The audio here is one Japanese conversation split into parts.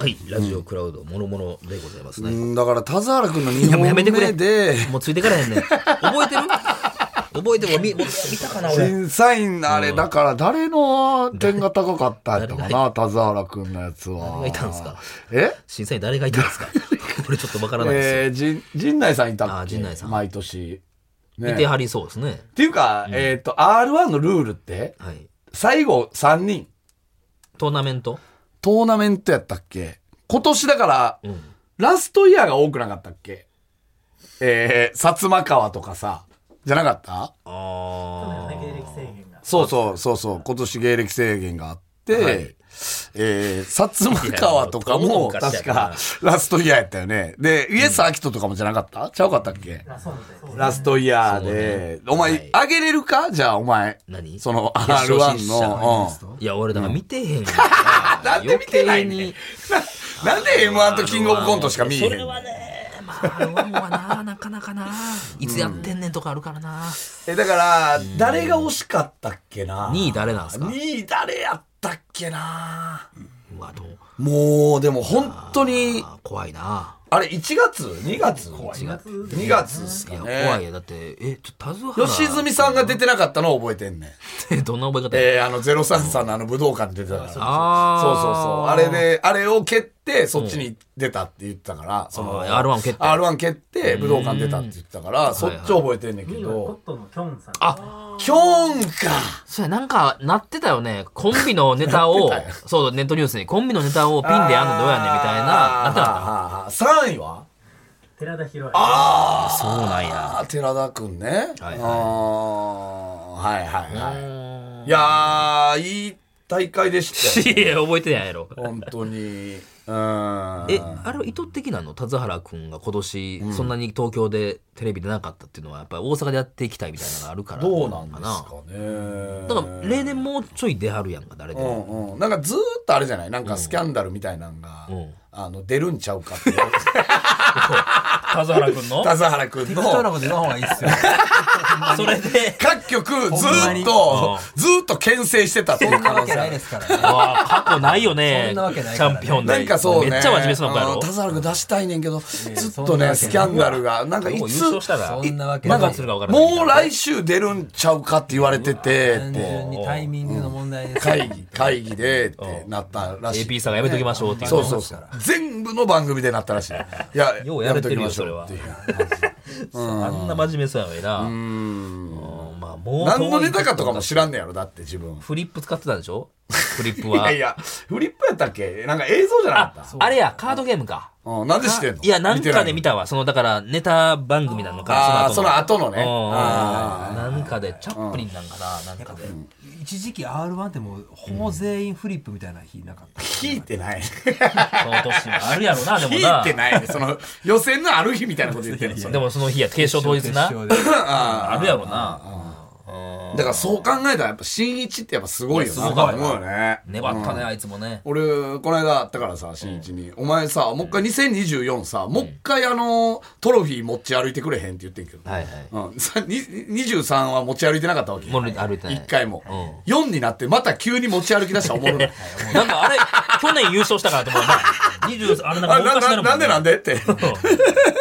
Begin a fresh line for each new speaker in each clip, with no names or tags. はい、ラジオクラウド、もろもろでございます
う
ね。
ん、だから田津原君の
い
2
や、もうや
本
めてくれ。
目で
もうついてからへんねん。覚えてる覚えても、み、もう見たかな、俺。
審査員あれ、だから誰の点が高かったやったか
誰が
な田津原君のやつは
誰がいたんですか
え
審査員誰がいたんですか俺ちょっとわからないですよ。
えー、じん陣内さんいた
あ
っけ
陣内さん
毎年、ね、
見てはりそうですね。
っていうか、えっ、と r 1のルールって
はい。
最後3人
トーナメント
トーナメントやったっけ今年だから、
ん
ラストイヤーが多くなかったっけえー、薩摩川とかさじゃなかった
ああ。
そうそうそうそう今年芸歴制限があって、
はい
えー、薩摩川とか
いやも
も
うどうもおかしい
確
やな
かラストイヤーやったよねでイエス・アキトとかもじゃなかった、ちゃうかったっけラストイヤーで、お前、
はい
あげれるかじゃあお前
何
その
決勝
R1
進出者
の、うん
いや、俺だから見てへん。
なん で見てないねんななんで M1 とキングオブコントしか見えへん
それはね、まあ、R1 はな、なかなかな。いつやってんねんとかあるからな。
え、だから、誰が惜しかったっけな
2位誰なんすか
2位誰やったっけな
うわ、どう
もう、でも本当に、
あー怖いな。
あれ、1月 ?2 月 ?1 月 ?2 月っす
い
か
や、
ね。
怖いよ。だって、え、ちょっと、田津原。
吉住さんが出てなかったのを覚えてんねん。
って、どんな覚え方や
えー、あの、03さんのあの武道館に出てたから。そうそうそう。
あ
あれで、あれを蹴って、そっちに出たって言ってたから、その、
あー R1 蹴って
R1 蹴って、武道館出たって言ってたから、そっち覚えてんねんけ
コッ
ど、
トンのキョンさん。
あ、
キョンか
そうや、なんか、なってたよね。コンビのネタ を
なってたよ、
そう、ネットニュースに、コンビのネタをピンでやんのどうやねんみたいな、なってなかっ
あーはあはあ3位は
寺田博明。
あ
た。そうなんや。
あ寺田くんね。
はいはい
あーはいはいはい。
い
いやー、いい大会でしたよ、ね。
や、覚えて ないやろ。
本当に。うん。
え、あれは意図的なの田津原くんが今年、そんなに東京でテレビ出なかったっていうのは、やっぱり大阪でやっていきたいみたいなのがあるから。
どうなんですか
な
ね。
だから、例年もうちょい出はるやんか、誰で
う
も。
んうん、なんかずーっとあれじゃないなんかスキャンダルみたいなんが、
うん
あの出るんちゃう かって言われて
田津原くんの
田原君
適当な
の
こと言わん方がいいっすよ。
それで、
各局ず
ほんま
ーっ
に
とずーっと牽制してたって
そ
い
ん
う可
なわ
能
け
性
な
あ
い
る
ですからね。
わあ、過去ないよね。
そんなわけない
チ
から
ャ
ね
ンピオンで。
なんかそうね
めっちゃ真面目そうな子や
あ
ろ
の。田原君出したいねんけどずっ
そ
と
んなわけな
ね
い
スキャンダルがなんかい
もう優
つ
勝したら
そ、んなわけ
な
な
か
んい。単
するか分からないみた
も
いうな。
来週出るんちゃうかって言われててって
純にタイミングの問題ですから。
会 議会議でってなったらしい
AP さんがやめときましょうっていう。
そうそうそう全部の番組でなったらしいい や
ようやれてるよ
めときましょうっていう
あんな真面目そうやのにな。うんまあ、もう。
何のネタかとかも知らんねやろだって自分
フリップ使ってたでしょフリップ
い
は。
やいや、フリップやったっけなんか映像じゃなかった
あれや、カードゲームか。
うん、なんで知ってんの
いや、なんかで見
見て
たわ。その、だから、ネタ番組なのか
あ、ーその後のね
うんうんうん
あ
なんかで、チャップリンなんかな、なんかで。
一時期 R1 ってもうほぼ全員フリップみたいな日なかった。
ない聞いてない。
その年もあるやろな、で も
聞い
な。
てないね。その、予選のある日みたいなこと言ってる
でもその日や、決勝当日な
決。勝で
あるやろな。
だからそう考えたら、やっぱ新一ってやっぱすごいよな。
すごい
思うよね。
粘ったね、あいつもね。
俺、この間あったからさ、新一に。お前さ、もう一回2024さ、もう一回あの、トロフィー持ち歩いてくれへんって言ってんけど。
はいはい。
うん、さに23は持ち歩いてなかったわけ。
もう歩いてない
一回も。4になって、また急に持ち歩き出したらおも ろい。
なんかあれ、去年優勝したからと思うな。20、あれなんか
あ
ごま
な
かし
な
てるもんね
なんでなんでって。
うん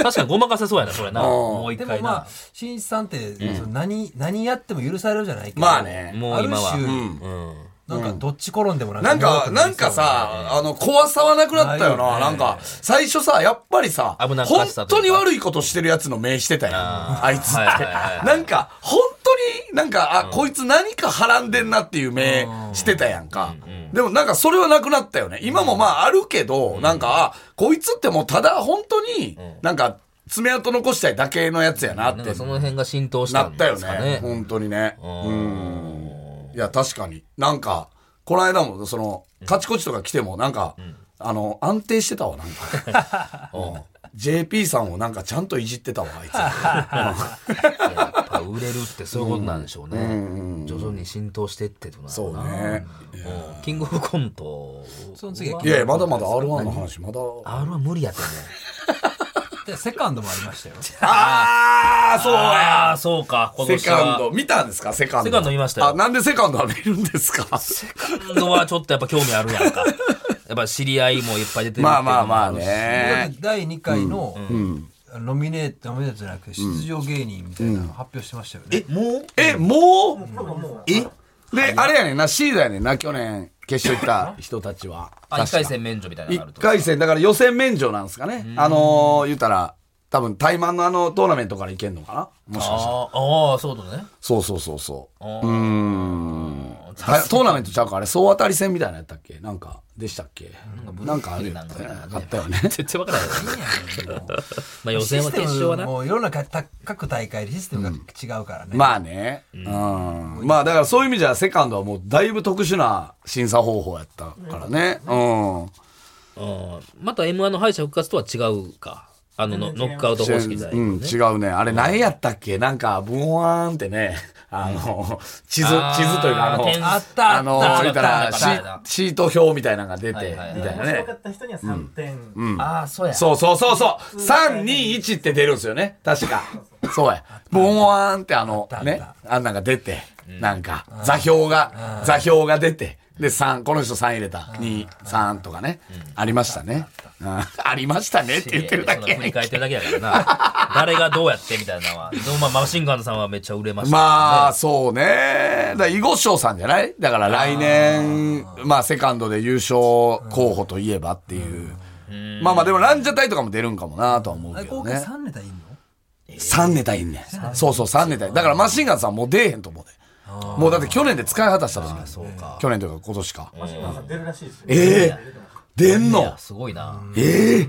確かにごまかせそうやな、それな。
うん
もう一
でも
回
まあ
な。
新一さんってその何何やっても許されるじゃないけど。
まあね
もう今は
ある種
うん。
なんかどっち転んでもなんか
なんか、なんかさ、あの、怖さはなくなったよ
ない
な。
よね
なんか、最初さ、やっぱりさ、
危
本
なっかしさというか
当に悪いことしてるやつの名してたよ。
あー
あいつって。
はいはいはいはい
なんか、本当になんか、あ、こいつ何かはらんでんなっていう名してたやんか。でもなんか、それはなくなったよね。今もまあ、あるけど、なんか、あ、こいつってもうただ本当になんか、爪痕残したいだけのやつやな
な
っ
ん
て
か。その辺が浸透し
な
た
っ
ん
たよ
ですか
ね
ね。。
本当にね。うん。いや、確かに。なんか、この間も、その、カチコチとか来ても、なんか、あの、安定してたわ、なんか。 うん JP さんをなんかちゃんといじってたわ、 あい
やっぱ売れるってそういうことなんでしょうね、徐々に浸透してってとな
つ。
る
そう
な
ね。
うんキングオブコント
その次はい
いやいや、まだまだ R1 の話、まだ。
R は無理やと思う
でセカンドもありましたよ。
ああ、そうや。
ああそうか今
セ
年
カン
は
ド。見たんですかセカンド。
セカンド見ましたよ
あ、なんでセカンドは見るんですか
セカンドはちょっとやっぱ興味あるやんかやっぱ知り合いもいっぱい出てるっていうのも
まあまあまあ
だっ
ね
て。第2回の、ノミネート、ノミネートじゃなくて、出場芸人みたいなの発表してましたよね。
もう
え、も
も
うえで、あれやねんな、シーダやねんな、去年、決勝行った 人たちは。
あ一回戦免除みたいなのがある
一
と
回戦、だから予選免除なんですかね。あのー、言ったら、多分、対マンのあの、トーナメントから行けんのかなもしかしたら。
あーあーそういうことね
そうそうそうそう。う
あー
ーん。はトーナメントちゃうか、あれ、総当たり戦みたいなのやったっけなんか、でしたっけなんかあるよね
ブルーベリーなんか
あ
ね
ったよね。
絶対分からないまあ予選は決勝はな
もう世の中た各大会でシステムが違うからね。
まあね。うん。まあだからそういう意味じゃ、セカンドはもうだいぶ特殊な審査方法やったからね。うん。
うんまた m 1の敗者復活とは違うかあのノノックアウト方式じゃない
うん、違うね。あれ何やったっけなんか、ブワーンってね、あの、地図、
あー
地図というか、あの、
点数
あった
あの、
あった
言った
あっ
ら
た
シ
あった、
シート表みたいなのが出
はい
て
はいはい、
みたいな
面白か
ね。
った人には3点。
ああそうや
そうそうそうそう。3、2、1って出るんですよね。確か。そうや。ブワーンってあの、ね、あんなんが出て、なんか、座標が、座標が出て、で、3、この人3入れた。2、3とかね。ありましたね。うんありましたねって言ってるだ
いやいやそんな振り
け。
返ってるだけやから な誰がどうやってみたいなのはでもまあマシンガンズさんはめっちゃ売れました
まあ、
か
そうね。だから囲碁将さんじゃないだから来年、まあ、セカンドで優勝候補といえばっていう。まあまあ、でも、ランジャタイとかも出るんかもなとは思う
あ
け
れ合
ど
計
ね。
3ネタいんの
3ネタいんねん。そうそう、3ネタいんだから、マシンガンさんもう出えへんと思うね。もうだって去年で使い果たしたと
そうか
去年というか今年か。
マシンガンさん出るらしいですよ。
ええ出ん
らねい
の
やすごいな
ええ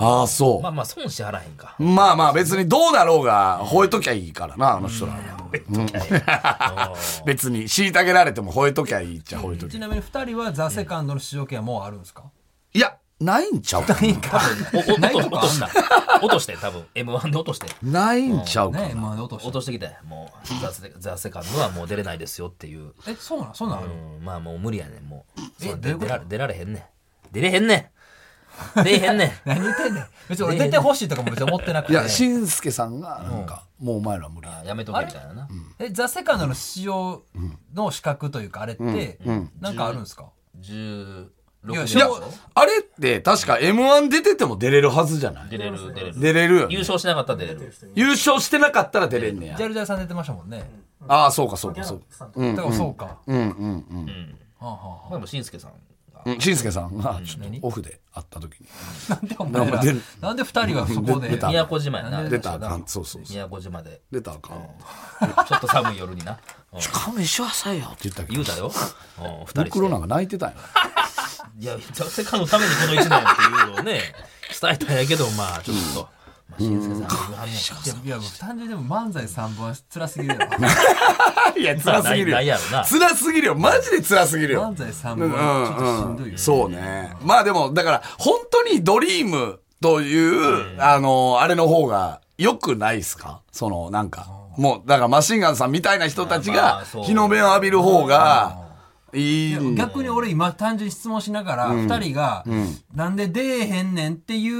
ああ、そ
まあまあ損しはらへんか
う。まあまあ別にどうなろうが、吠えときゃいいからな、あの人らは。うん別に、虐げられても吠えときゃいいっちゃ吠えとき
ち
ゃい
なみに2人はザ・セカンドの出場権はもうあるんですか
い。いや、ないんちゃうか
いいか。
おお落
ない
と
の
落
か
とした落として多分 m 1で落として
な。ないんちゃうか
ねえ、
な。
まあ、落とし
落
た
としてきてもうザ・セザセカンドはもう出れないですよっていう、
え、そうなのそんなのあ
う
る
ん、まあもう無理やねんもう
え
そう
どういうこと
出ら出られへんねん出れへんねん出れへんねん
何 言ってんねん。別に俺出てほしいとかも別に思ってなく
い
て。
や、しんすけさんが、なんか、もうお前ら無理や。
あやめとけみたいなな
え、ザ・セカンドの出場の資格というか、あれって、なんかあるんですか
16
いや
で
い
し
や
ょ、
あれって確か M1 出てても出れるはずじゃない
出れる出れる
出れるよね
優勝しなかったら出れる
優勝してなかったら出れんねや
ジャ。ルジャルさん出てましたもんね。
ああ、そうか、そう
ギ
か、
ャ
そ
ラ
う
ッ
か。
だ
プさんと
からそうか。は
うん、うん、うん。
あは
まあでもしんすけさんが
うん、しんすけさんが、ちょっとオフで会った時に。
あなんでお前ら
なんか出る
なんで2人はそこで。
出た
宮古島やな
出たらあかん、そうそうそう。
宮古島で
出たらあかん。
ちょっと寒い夜にな、うん
ちょ、勘弁しなさいよって言ったけ
言
ど
う。たよ、うん、二人して
袋なんか泣いてたんや。
いやザセカンドのためにこの一年っていうのをね伝えたんやけどまあちょっと、まあ、しんすけさんが反応
いや、いや、もう単純にでも漫才3本は辛す ぎるやろ。
いや、
ま
辛
あ
す
な
ぎ
い
る
な
よ
い。やろな
辛すぎるよ。マジで辛すぎるよ。
漫才3本はちょっとしんどいよね。
そうね。まあでも、だから、本当にドリームという、あの、あれの方が良くないですかその、なんか。もう、だからマシンガンさんみたいな人たち
まあま
が
あそう、
日の目を浴びる方が、いい。
逆に俺今単純に質問しながら2人がなんで出えへんねんってい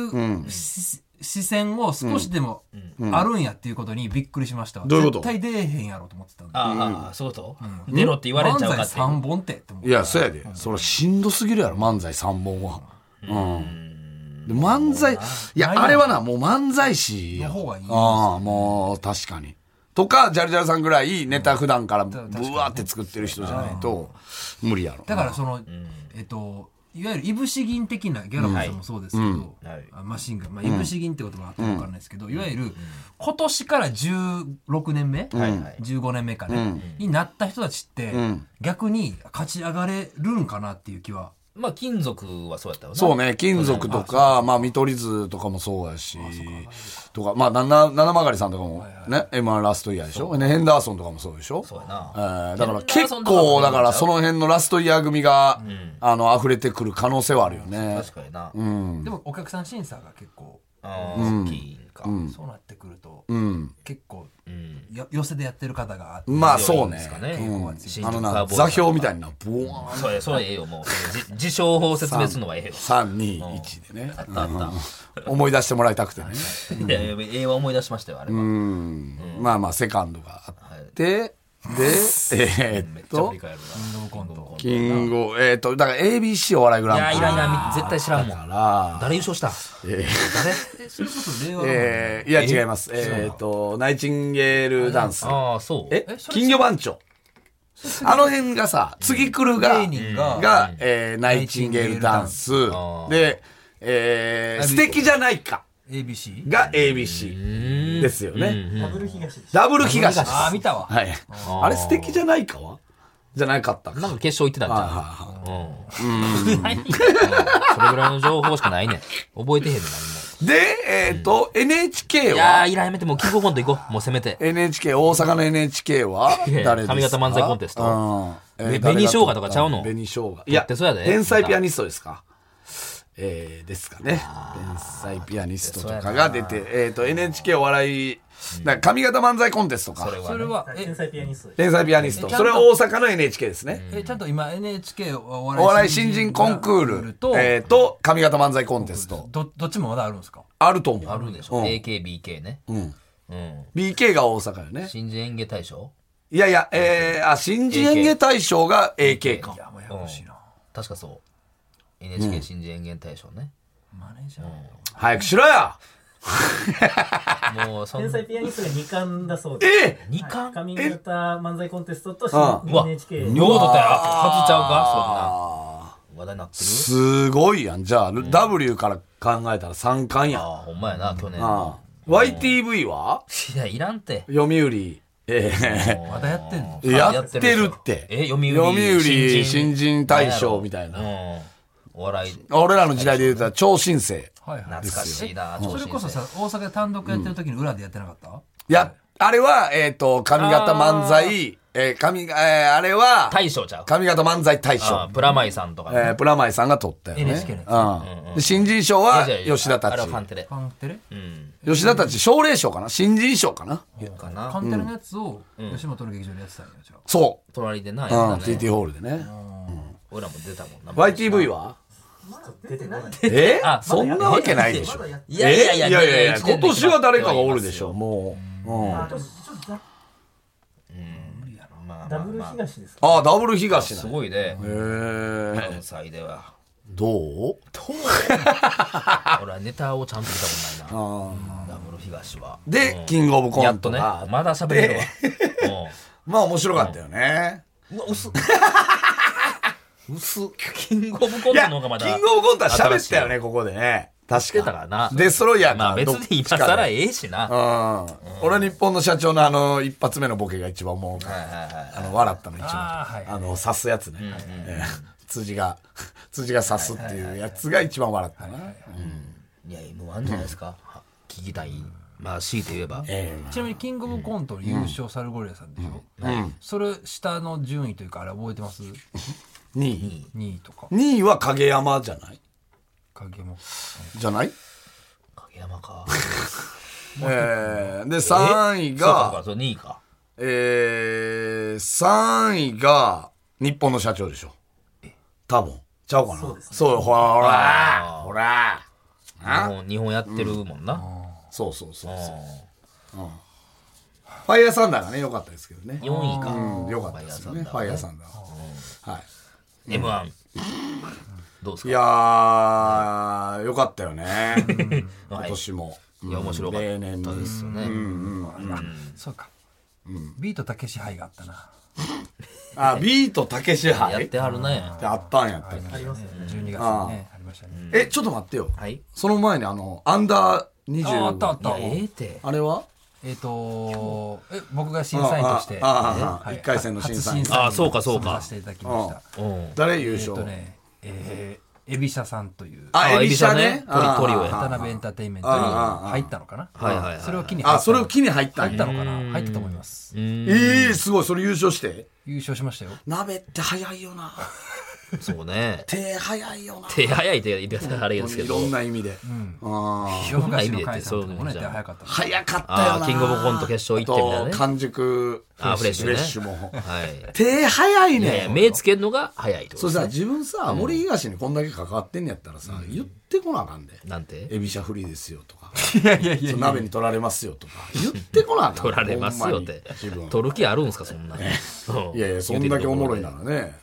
うし視線を少しでもあるんやっていうことにびっくりしましたわ
どういうこと
絶対出えへんやろと思ってたんだ
ああああそういうこと、出ろって言われ
漫
ちゃう
才
かっていう
3本ってって思っ
いや、そうやで。それしんどすぎるやろ、漫才3本は。うん。で漫才、いや、あれはな、もう漫才師や。
の方がいいですよ
ああ、もう、確かに。とか、ジャルジャルさんぐらいネタ普段からブワーって作ってる人じゃないと、無理やろ。
だからそのえっといわゆるいぶし銀的なギャラムさんもそうですけど
はい
あマシンガンまあいぶし銀って言葉があったのかわかんないですけどいわゆる今年から16年目
はいはい
15年目かねになった人たちって逆に勝ち上がれるんかなっていう気は
まあ金属はそうやったよな
そうね、金属とか、まあ、見取り図とかもそうやし、とか、まあ、七七曲りさんとかもね、M1 ラストイヤーでしょねヘンダーソンとかもそうでしょ
そうや
え
な
ーだから
ヘンダー
結
ソンとかも
構、だから
ちゃう
その辺のラストイヤー組が、あの、溢れてくる可能性はあるよね。
確かにな、
でもお客さん審査が結構
あー大きいんか、
そうなってくると、
うん。
結構、よ寄せでやってる方が、
まあ、そう
強いんです
ね
か。ね
うん
新宿
あの
カ
な
ウ、ボーイ
座標みたいな、ボワーン。
そうやそれええよもうそれじ自称法説明するのはええよ
3、2、1でね。
あったあった、
思い出してもらいたくてね。
いやいや、映画思い出しましたよ、あれは。
うん。まあまあ、セカンドがあって、で、えー
め
っ
っちゃ振
と
り、返るな。
キングオブ、えーっと、だから ABC お笑いグラン
い
プ
や、
リ。
いらんいらん、絶対知らんも
だ
ん。
から、
誰優勝した
えそれこそ令和だもん
えー、いや、違います。えーっと、ナイチンゲールダンス。
ああ、そう。
え金魚番長。あの辺がさ、次来るが、
芸人が
が、えーナイチンゲールダンス
あ。ー
で、えー、
あ
素敵じゃないか
ABC?
が ABC ですよね。
ダブル東です。
ダブル東です。
ああ見たわ
はい。あれ素敵じゃないかはじゃなかったか。
なん
は
か決勝行ってたん
い
じゃん。
は
うん。何 それぐらいの情報しかないねん。覚えてへんねん、何も。
いで、えっと、NHK
いやー、
はい
らんやめて、もうキングオブコント行こう。もうせめて。
NHK、大阪の NHK はい
やいや
誰ですか
髪型漫才コンテスト
うんえ
べ
ー誰
紅
が
生姜とかちゃうの
紅生姜。い
や
や
ってそうや、で
天才ピアニストですかえー、ですかね。天才ピアニストとかが出て、えっ、と、NHK お笑い、なんか髪型漫才コンテストか。
それはえ
天才ピアニストです。
天才ピアニスト。
えちゃ
そ
んと
れは大阪の NHK ですね。
えちゃんと今 NHK お
お笑い新人コンクール、
と、
えー、と、髪型漫才コンテスト。
どどっちもまだあるんですか
あると思う。
あるでし
う
ょ。
ん
AKBK ね。うん。
BK が大阪よね。
新人演芸大賞
いやいや、えー、あ、新人演芸大賞が AK か。
あもうややこしいな
確かそう。NHK 新人演芸大賞ね。
マネージャー
早くしろよ
もう、そん
天
な
才。ピアニストが2冠だそうです。
え
二冠
髪型漫才コンテストと
う
うわ、
NHK
両方取ったやろ。初ちゃうかそんな。話題になってる
すごいやん。じゃあ、W から考えたら3冠やん。
ああ、ほんまやな、去年。
ああ YTV はい
や、いらんて。
読売。ええ
まだやってんの
やってるって。
え読売
読売
新人
新人大賞みたいな。
うん。お笑い、
俺らの時代で言うたら超新星。
はいはい
懐かしいな、
それこそさ大阪で単独やってる時に裏でやってなかった、
や、あれは、えっ、と、髪型漫才、えー、髪、えーあれは、
大賞ちゃう。
髪型漫才大
あ
賞
あ。プラマイさんとかね。
えープラマイさんが取ったよね。
NHK の
うんで新人賞は吉田た
あれ
ち
は。ファンテレ。
カンテレ、
うん。
吉田たち、奨励賞かな新人賞かな
かな
カ。ンテレのやつを吉本の劇場でやってたんやじゃあ
そ
隣でな、
う。うん、
やってたね
TT ホールでね。
俺らも出たもんな。
YTV は
出てない。
え
あ
そんなわけないでしょ。
いやいやいや、
えいやいやいや
一年
今
で
年は誰かがおるでしょ、もう。うん
あちょっとざ
まあま
ダ
あ
ブル
まあ。
東です。
ああ、ダブル東
す
な。
ごいね。
へー
関西では。
どう
俺はネタをちゃんと見たことないな。ダブル東は。
で、キングオブコ
や
ン
っ
ト
とね。
が。
まだ喋れるわ。うん
まあ面白かったよね。
うわ、薄っ。薄っ。キングオブコン
いや、
ト
キ
の
ングオブ
方がまだ。
コントは喋ったよね、ここでね。確か
てたからな
デストロイヤーか
まあ別に今更ええしな。
うん。
は
俺は日本の社長のあの、一発目のボケが一番思う
いはいはい。
あの、笑ったの一番。
あーはい
あの、刺すやつね。えー辻が、 辻が刺すっていうやつが一番笑ったな。
いや、M1 じゃないですか。聞きたい。まあ、強いて言えば。
え
ちなみにキングオブコントの優勝サルゴリラさんでしょ、それ下の順位というかあれ覚えてます
ー、2位。
2位とか
2位は影山じゃない
影も
じゃない
影山か。
えーで、3位
そうかそうか、
が、
そう2位か。
えー、3位が、日本の社長でしょ。多分。ちゃうかな。そう,、ほら、ほら、ほら。
日本、日本やってるもんな。
そうそうそうそう。
う
ファイヤーサンダーがね、良かったですけどね。
ん4位か。
うん、良かったですよね。ファイヤーサンダーは。はい。
M1。どうです
い
か
やー、良かったよね。今
はい
年も。
いや面白かった
例年に。
ですよね。
そうか、ビートたけし杯があったな
あ、ビートたけし
やっ
杯って
てはるね。
あったんやったっけ
ありますよね。
12月にねありましたね、
え、ちょっと待ってよ。
はい。
その前にあの、アンダー20。
ああったあった
ええって。
あれは
えっ、とえ僕が審査員として
ああああああ
はい
一回戦の審査員
初に
あそうかそうか
させていただきました
うん。
誰優
えっ、
勝
とねえー、エビシャさんという
あ、エビシャね。
あエビシャねトリトリオや
あ
渡辺エンターテインメントに入ったのかな
はいはいはい
それを機に
あ、
入
あ
った
それ
の
を機に入ったん
入
や
ったのかな入ったと思います
ええすごい。それ優勝して。
優勝しましたよ
鍋って早いよな。
そうね。
手早いよな。
手早いって言ってたらあれですけ
い
ど
ろ。んな意味で。ああ
大
な意味
昔
で
の
って
解
そうい
散
うこと
とかもね
じゃん
早かった
早かったよ
あ
な。
あ、キングオブコント決勝行ってみたい
あと
なね。
完熟。
あフレッシュね
フレッシュも。
はい。
手早い
いやいや
ね。
目つけるのが早いってこ
そ
と
れ
です
さ、
ね。
自分さ、森東にこんだけ関わってんやったらさ、言ってってこなあかんで。
なんて
エビシャフリーですよ とか、
いやいやい
そう鍋に取られますよとか、言ってこなあかんで。
取られますよっ
ほん
て
まに自分
取る気あるんすかそんない
いやいや、そんだけおもろいならね。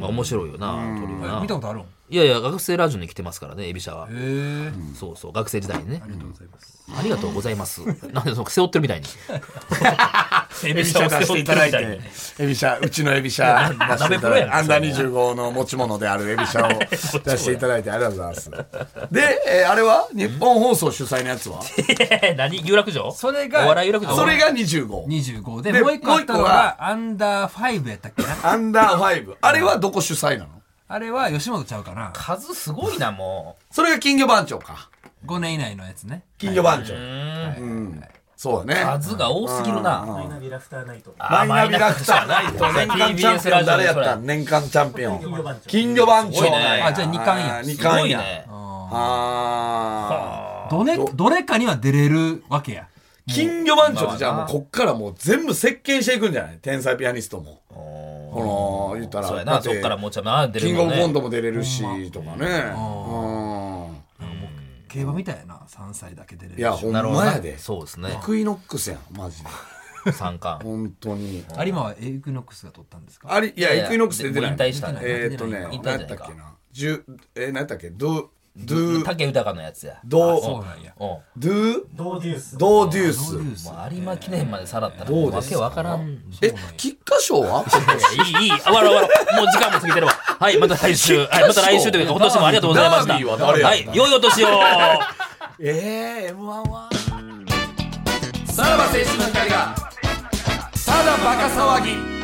まあ面白いよな取るよな
見たことあるんへ
いやいや学生ラジオに来てますからねエビシャは
え
そうそう学生時代にねありがとうございますありがとうございますなんでその背負ってるみたいに エ
エビシャ出していただい
ビシャを背負ってるみ
て、エビシャ、うちのエビシャ出していただいて、アンダー25の持ち物であるエビシャを出していただいてありがとうございます。で、えーあれは日本放送主催のやつは
たいに何有楽町
それが
お笑い有楽町
それが25。
25で
で
もう一個あったの
もう一個は
がアンダー5やったっけな
アンダー5。あれはどこ主催なの
あれは吉本ちゃうかな
数すごいなも
それが金魚番長か。
5年以内のやつね
金魚番長。
ううん
うん。そうだね。
数が多すぎるな
マイナビラフターナイト。
あ
マイナビラフターナイト。年間 チャンピオン誰やったん年間チャンピオ
金魚
ン。
番長。
金魚番長
すごいね
なんや。
あじゃあ二冠や
あー二
すご
冠
い
や。
ね
あ
ああ。
ーどれどれかには出れるわけや
金魚番長ってじゃあもうこっからもう全部席巻していくんじゃない天才ピアニストも。この、言ったら。
そうや
だ
な
て
そっからもうちゃな出
キ
る
ング
も
オ
ん
ブコントも
ね
出れるし、とかね。うん。
競馬みたいやな3歳だけ出れる
いや、ほん
なるほど
ま
な
やで。
そうですね
クイノックスやん、マジで。
三冠
本当に。
有馬はエイクノックスが取ったんですか
あり、いや、
いや
イクイノックス出てない。
もう引退したね
えーっとね、
引退じゃ
何
な
や
い
った
か
っけな。じゅえー、何やったっけドゥ、ドゥ、
竹豊のやつや
ド
そ
ゥ
う、なんや
うんも
ドゥ、
ドーデュース。
ドーデュー
ドーデュ
ス。
ース
う有馬記念までさらったら
どうで
わ
す
け
か
わからん
え、菊花賞 は
いやいいいい終わろう終わろうもう時間も過ぎてるわはいまた来週はいまた来週というか今年もありがとうございまし
ダ
た
ービーは誰や
はい良いお年を
えー、M1 はさらば青春の光が、ただバカ騒ぎ。